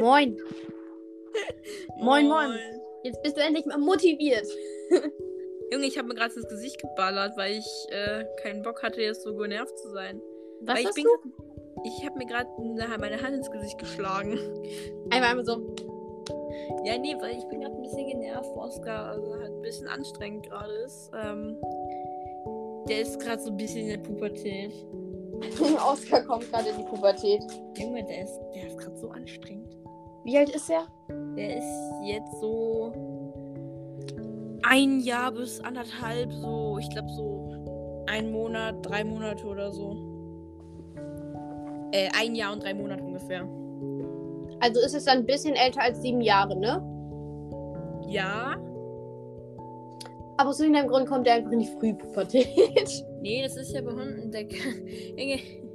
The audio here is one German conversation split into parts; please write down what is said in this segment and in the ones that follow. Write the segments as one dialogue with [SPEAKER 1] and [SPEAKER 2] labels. [SPEAKER 1] Moin. Moin, moin. Jetzt bist du endlich mal motiviert.
[SPEAKER 2] Junge, ich habe mir gerade ins Gesicht geballert, weil ich äh, keinen Bock hatte, jetzt so genervt zu sein.
[SPEAKER 1] Was
[SPEAKER 2] weil ich
[SPEAKER 1] hast
[SPEAKER 2] bin-
[SPEAKER 1] du?
[SPEAKER 2] Ich habe mir gerade meine Hand ins Gesicht geschlagen.
[SPEAKER 1] Einmal, einmal so.
[SPEAKER 2] Ja, nee, weil ich bin gerade ein bisschen genervt, weil Oscar also halt ein bisschen anstrengend gerade ist. Ähm, der ist gerade so ein bisschen in der Pubertät.
[SPEAKER 1] Oscar kommt gerade in die Pubertät.
[SPEAKER 2] Junge, der ist, der ist gerade so anstrengend.
[SPEAKER 1] Wie alt ist er?
[SPEAKER 2] Der ist jetzt so ein Jahr bis anderthalb, so, ich glaube so ein Monat, drei Monate oder so. Äh, ein Jahr und drei Monate ungefähr.
[SPEAKER 1] Also ist es dann ein bisschen älter als sieben Jahre, ne?
[SPEAKER 2] Ja.
[SPEAKER 1] Aber aus irgendeinem Grund kommt er einfach in die Frühpubertät.
[SPEAKER 2] Nee, das ist ja bei Hunden der K- Junge.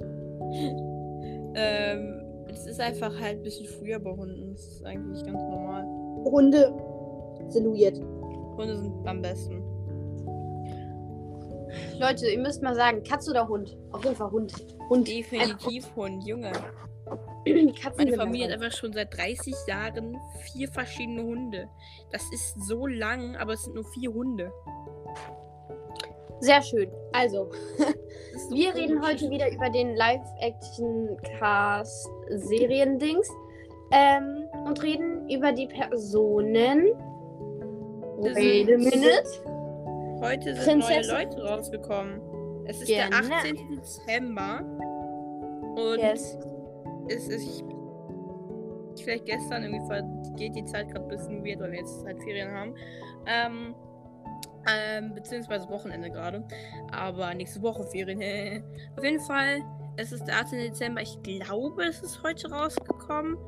[SPEAKER 2] ähm, es ist einfach halt ein bisschen früher bei Hunden. Das ist eigentlich ganz normal.
[SPEAKER 1] Runde. Silhouette.
[SPEAKER 2] Hunde sind am besten.
[SPEAKER 1] Leute, ihr müsst mal sagen, Katze oder Hund? Auf jeden Fall Hund. Hund.
[SPEAKER 2] Definitiv Hund, Junge.
[SPEAKER 1] Katzen
[SPEAKER 2] Meine
[SPEAKER 1] sind
[SPEAKER 2] Familie hat
[SPEAKER 1] einfach-
[SPEAKER 2] einfach schon seit 30 Jahren vier verschiedene Hunde. Das ist so lang, aber es sind nur vier Hunde.
[SPEAKER 1] Sehr schön. Also,
[SPEAKER 2] Das ist so
[SPEAKER 1] wir
[SPEAKER 2] komisch.
[SPEAKER 1] reden heute wieder über den Live-Action-Cast-Serien-Dings. Ähm, und reden über die Personen.
[SPEAKER 2] Das
[SPEAKER 1] Wait a
[SPEAKER 2] sind-
[SPEAKER 1] minute.
[SPEAKER 2] Heute sind
[SPEAKER 1] Prinzessin-
[SPEAKER 2] neue Leute rausgekommen. Es ist der
[SPEAKER 1] Genau.
[SPEAKER 2] 18. Dezember. Und
[SPEAKER 1] Yes.
[SPEAKER 2] es ist vielleicht gestern irgendwie ver- geht die Zeit gerade ein bisschen weird, weil wir jetzt halt Ferien haben. Ähm, ähm, beziehungsweise Wochenende gerade. Aber nächste Woche Ferien. Auf jeden Fall, es ist der 18. Dezember. Ich glaube, es ist heute rausgekommen.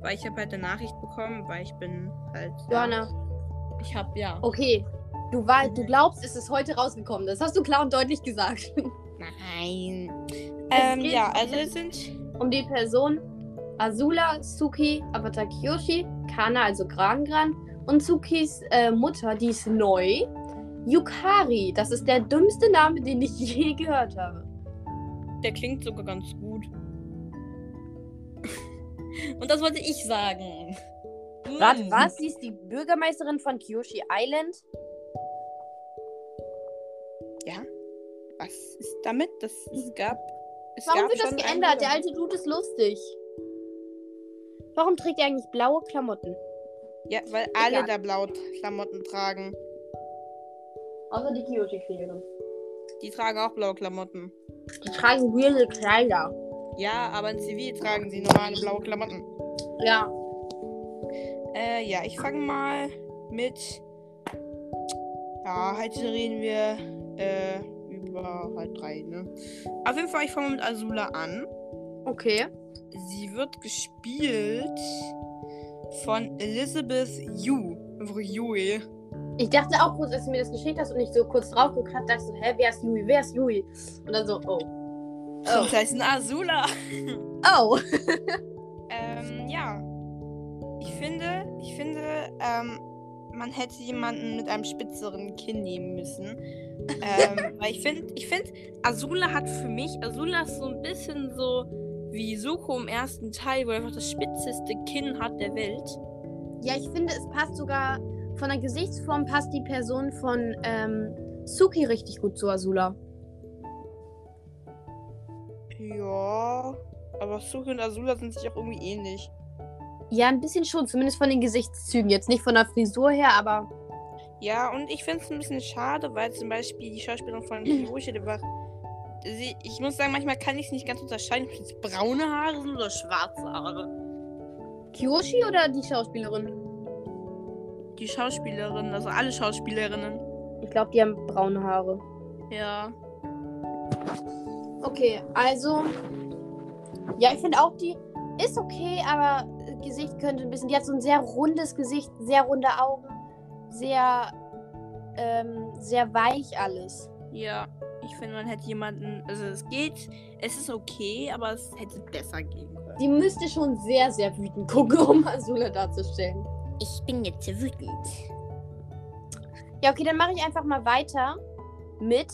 [SPEAKER 2] Weil ich habe halt eine Nachricht bekommen, weil ich bin halt.
[SPEAKER 1] Johanna,
[SPEAKER 2] Ich habe ja.
[SPEAKER 1] okay. Du, war, du glaubst, es ist heute rausgekommen. Das hast du klar und deutlich gesagt.
[SPEAKER 2] Nein.
[SPEAKER 1] Es
[SPEAKER 2] Ähm,
[SPEAKER 1] geht-
[SPEAKER 2] ja, also es sind.
[SPEAKER 1] um die Person Azula, Suki, Avatar Kyoshi, Kana, also Gran Gran, und Sukis äh, Mutter, die ist neu. Yukari, das ist der dümmste Name, den ich je gehört habe.
[SPEAKER 2] Der klingt sogar ganz gut. Und das wollte ich sagen.
[SPEAKER 1] Warte,
[SPEAKER 2] Mm.
[SPEAKER 1] was? Sie ist die Bürgermeisterin von Kyoshi Island.
[SPEAKER 2] Ja. Was ist damit? Das es gab. Es
[SPEAKER 1] Warum
[SPEAKER 2] gab
[SPEAKER 1] wird das
[SPEAKER 2] schon
[SPEAKER 1] geändert?
[SPEAKER 2] einen-
[SPEAKER 1] Der alte Dude ist lustig. Warum trägt er eigentlich blaue Klamotten?
[SPEAKER 2] Ja, weil alle
[SPEAKER 1] Egal.
[SPEAKER 2] da blaue Klamotten tragen.
[SPEAKER 1] Außer die Kyoshi-Kriegerin.
[SPEAKER 2] Die tragen auch blaue Klamotten.
[SPEAKER 1] Die tragen weirde Kleider.
[SPEAKER 2] Ja, aber in Zivil tragen sie normale blaue Klamotten.
[SPEAKER 1] Ja.
[SPEAKER 2] Äh, ja, ich fange mal mit. Ja, heute reden wir äh, über halt drei, ne? Auf jeden Fall, ich fange mit Azula an.
[SPEAKER 1] Okay.
[SPEAKER 2] Sie wird gespielt von Elizabeth Yu. Einfach Yui.
[SPEAKER 1] Ich dachte auch kurz, als du mir das geschickt hast und ich so kurz drauf geguckt habe, dachte ich so, hä, wer ist Yui, wer ist Yui? Und dann so, oh.
[SPEAKER 2] Das heißt ein Azula.
[SPEAKER 1] Oh.
[SPEAKER 2] Ähm, ja. Ich finde, ich finde, ähm, man hätte jemanden mit einem spitzeren Kinn nehmen müssen. Ähm, weil ich finde, ich finde, Azula hat für mich, Azula ist so ein bisschen so wie Suko im ersten Teil, wo er einfach das spitzeste Kinn hat der Welt.
[SPEAKER 1] Ja, ich finde, es passt sogar, von der Gesichtsform passt die Person von ähm, Suki richtig gut zu Azula.
[SPEAKER 2] Ja, aber Suko und Azula sind sich auch irgendwie ähnlich.
[SPEAKER 1] Ja, ein bisschen schon, zumindest von den Gesichtszügen. Jetzt nicht von der Frisur her, aber
[SPEAKER 2] Ja, und ich finde es ein bisschen schade, weil zum Beispiel die Schauspielerin von Kyoshi, die war. Sie, ich muss sagen, manchmal kann ich es nicht ganz unterscheiden, ob es jetzt braune Haare sind oder schwarze Haare.
[SPEAKER 1] Kyoshi oder die Schauspielerin?
[SPEAKER 2] Die Schauspielerin, also alle Schauspielerinnen.
[SPEAKER 1] Ich glaube, die haben braune Haare.
[SPEAKER 2] Ja.
[SPEAKER 1] Okay, also. Ja, ich finde auch die ist okay, aber äh, Gesicht könnte ein bisschen. Die hat so ein sehr rundes Gesicht, sehr runde Augen, sehr. Ähm, sehr weich alles.
[SPEAKER 2] Ja. Ich finde, man hätte jemanden. Also, es geht. Es ist okay, aber es hätte besser gehen können.
[SPEAKER 1] Die müsste schon sehr, sehr wütend gucken, um Azula darzustellen.
[SPEAKER 2] Ich bin jetzt wütend.
[SPEAKER 1] Ja, okay, dann mache ich einfach mal weiter mit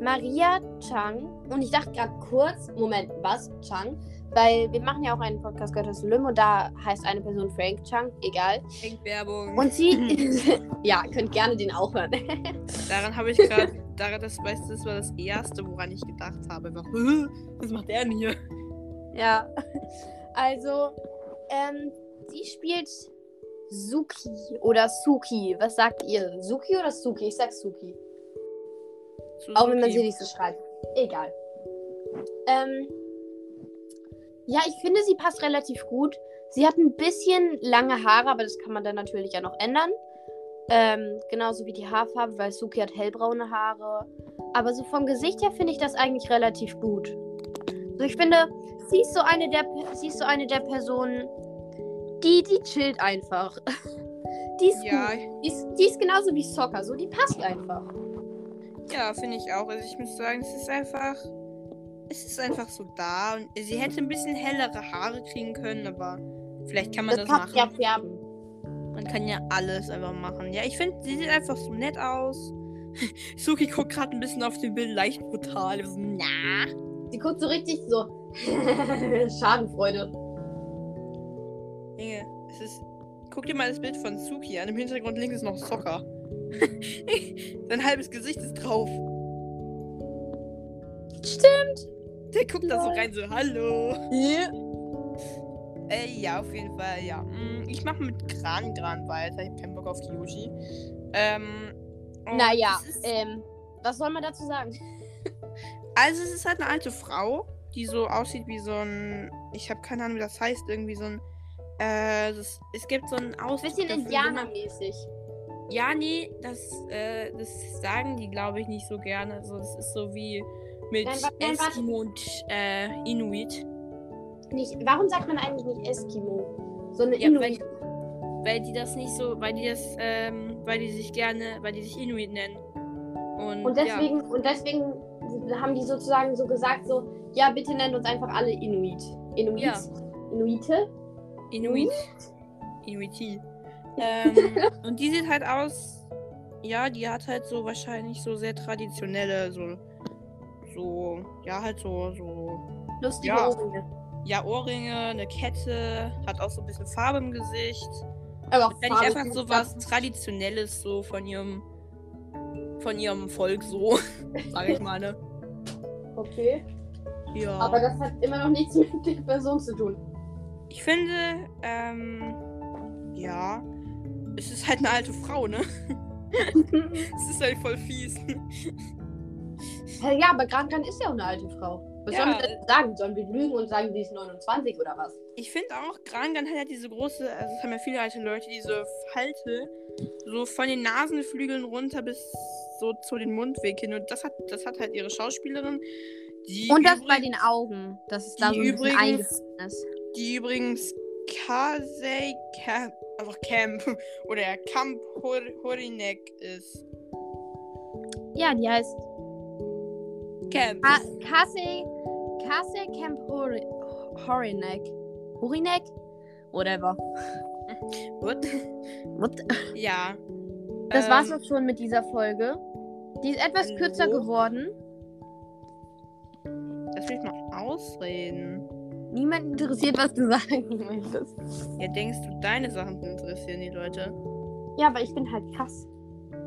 [SPEAKER 1] Maria Chang. Und ich dachte gerade kurz, Moment, was? Chang? Weil wir machen ja auch einen Podcast Götters Lüm und da heißt eine Person Frank Chunk, egal.
[SPEAKER 2] Werbung.
[SPEAKER 1] Und sie, ja, könnt gerne den auch hören.
[SPEAKER 2] Daran habe ich gerade, daran das weißt du, das war das erste, woran ich gedacht habe. Einfach, "Hä? Was macht der denn hier?
[SPEAKER 1] Ja. Also, ähm, sie spielt Suki oder Suki. Was sagt ihr? Suki oder Suki? Ich sag Suki. Auch wenn man sie
[SPEAKER 2] Suzuki.
[SPEAKER 1] nicht so schreibt. Egal. Ähm, ja, ich finde, sie passt relativ gut. Sie hat ein bisschen lange Haare, aber das kann man dann natürlich ja noch ändern. Ähm, genauso wie die Haarfarbe, weil Suki hat hellbraune Haare. Aber so vom Gesicht her finde ich das eigentlich relativ gut. So, ich finde, sie ist so eine der, sie ist so eine der Personen, die, die chillt einfach. Die ist,
[SPEAKER 2] Ja,
[SPEAKER 1] gut. Die, ist, die ist genauso wie Soccer, so die passt einfach.
[SPEAKER 2] ja, finde ich auch. Also ich muss sagen, es ist einfach. Es ist einfach so da. Und sie hätte ein bisschen hellere Haare kriegen können, aber vielleicht kann man das,
[SPEAKER 1] kann man
[SPEAKER 2] machen.
[SPEAKER 1] ja färben.
[SPEAKER 2] Man kann ja alles einfach machen. Ja, ich finde, sie sieht einfach so nett aus. Suki guckt gerade ein bisschen auf dem Bild leicht brutal. So, na.
[SPEAKER 1] Sie guckt so richtig so. Schadenfreude.
[SPEAKER 2] Inge, es ist. Guck dir mal das Bild von Suki an. Im Hintergrund links ist noch Soccer. Sein halbes Gesicht ist drauf.
[SPEAKER 1] Stimmt.
[SPEAKER 2] Der guckt da so
[SPEAKER 1] Lol.
[SPEAKER 2] rein, so, hallo. Äh, ja, auf jeden Fall, ja. Mm, Ich mache mit Gran Gran weiter. Ich hab keinen Bock auf Kyoshi. Ähm. und
[SPEAKER 1] Naja,
[SPEAKER 2] es Ist,
[SPEAKER 1] ähm, was soll man dazu sagen?
[SPEAKER 2] also, es ist halt eine alte Frau, die so aussieht wie so ein. Ich habe keine Ahnung, wie das heißt. Irgendwie so ein. Äh, das, es gibt so einen
[SPEAKER 1] Ein
[SPEAKER 2] Ausdruck.
[SPEAKER 1] bisschen
[SPEAKER 2] dafür, wenn man-
[SPEAKER 1] indianermäßig.
[SPEAKER 2] Ja, nee, das, äh, das sagen die, glaube ich, nicht so gerne. Also, das ist so wie mit
[SPEAKER 1] Nein, wa- nein, warte.
[SPEAKER 2] Eskimo und äh, Inuit.
[SPEAKER 1] Nicht, warum sagt man eigentlich nicht Eskimo? So eine
[SPEAKER 2] Ja,
[SPEAKER 1] Inuit.
[SPEAKER 2] Weil die das nicht so, weil die das, ähm, weil die sich gerne, weil die sich Inuit nennen. Und,
[SPEAKER 1] Und deswegen, und deswegen haben die sozusagen so gesagt, so, ja, bitte nennt uns einfach alle Inuit. Inuit.
[SPEAKER 2] Ja. ja,
[SPEAKER 1] Inuite?
[SPEAKER 2] Inuit. Inuiti. ähm, und die sieht halt aus, ja, die hat halt so wahrscheinlich so sehr traditionelle, so, so, ja, halt so, so
[SPEAKER 1] Lustige
[SPEAKER 2] Ja.
[SPEAKER 1] Ohrringe.
[SPEAKER 2] Ja, Ohrringe, eine Kette, hat auch so ein bisschen Farbe im Gesicht.
[SPEAKER 1] Aber
[SPEAKER 2] Wenn ich einfach so was Traditionelles so von ihrem von ihrem Volk so, sag ich mal, ne?
[SPEAKER 1] Okay.
[SPEAKER 2] Ja.
[SPEAKER 1] Aber das hat immer noch nichts mit der Person zu tun.
[SPEAKER 2] ich finde, ähm, ja, es ist halt eine alte Frau, ne? Es ist halt voll fies.
[SPEAKER 1] Hey, ja, aber Gran Gran ist ja auch eine alte Frau. Was
[SPEAKER 2] Ja.
[SPEAKER 1] sollen wir denn sagen? Sollen wir lügen und sagen, die ist 29 oder was?
[SPEAKER 2] Ich finde auch, Grangan hat ja diese große, also es haben ja viele alte Leute, diese Falte, so von den Nasenflügeln runter bis so zu den Mundweg hin. Und das hat, das hat halt ihre Schauspielerin, die,
[SPEAKER 1] Und das
[SPEAKER 2] übrig-
[SPEAKER 1] bei den Augen, dass es da
[SPEAKER 2] Die
[SPEAKER 1] so ein bisschen
[SPEAKER 2] übrigens-
[SPEAKER 1] eingefallen ist.
[SPEAKER 2] die übrigens Kasei Camp, einfach Camp oder Camp Hor Horinek ist.
[SPEAKER 1] Ja, die heißt
[SPEAKER 2] Camp.
[SPEAKER 1] Ka Kase, Kase Camp Hori Horinek. Horinek? Whatever.
[SPEAKER 2] What?
[SPEAKER 1] What?
[SPEAKER 2] Ja.
[SPEAKER 1] Das
[SPEAKER 2] Ähm,
[SPEAKER 1] war's auch schon mit dieser Folge. Die ist etwas
[SPEAKER 2] hallo?
[SPEAKER 1] kürzer geworden.
[SPEAKER 2] Lass mich mal ausreden.
[SPEAKER 1] Niemand interessiert, was du sagen möchtest.
[SPEAKER 2] Ja, denkst du, deine Sachen interessieren die Leute?
[SPEAKER 1] Ja, aber ich bin halt krass.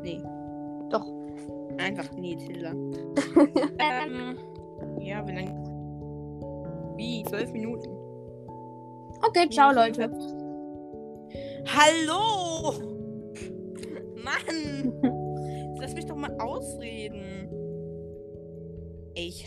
[SPEAKER 2] Nee.
[SPEAKER 1] Doch.
[SPEAKER 2] Einfach nee, Tilda.
[SPEAKER 1] Äh.
[SPEAKER 2] ähm, ja, wie lange? Wie? Zwölf Minuten.
[SPEAKER 1] Okay, ciao, Leute.
[SPEAKER 2] Hallo! Mann! Lass mich doch mal ausreden. Ich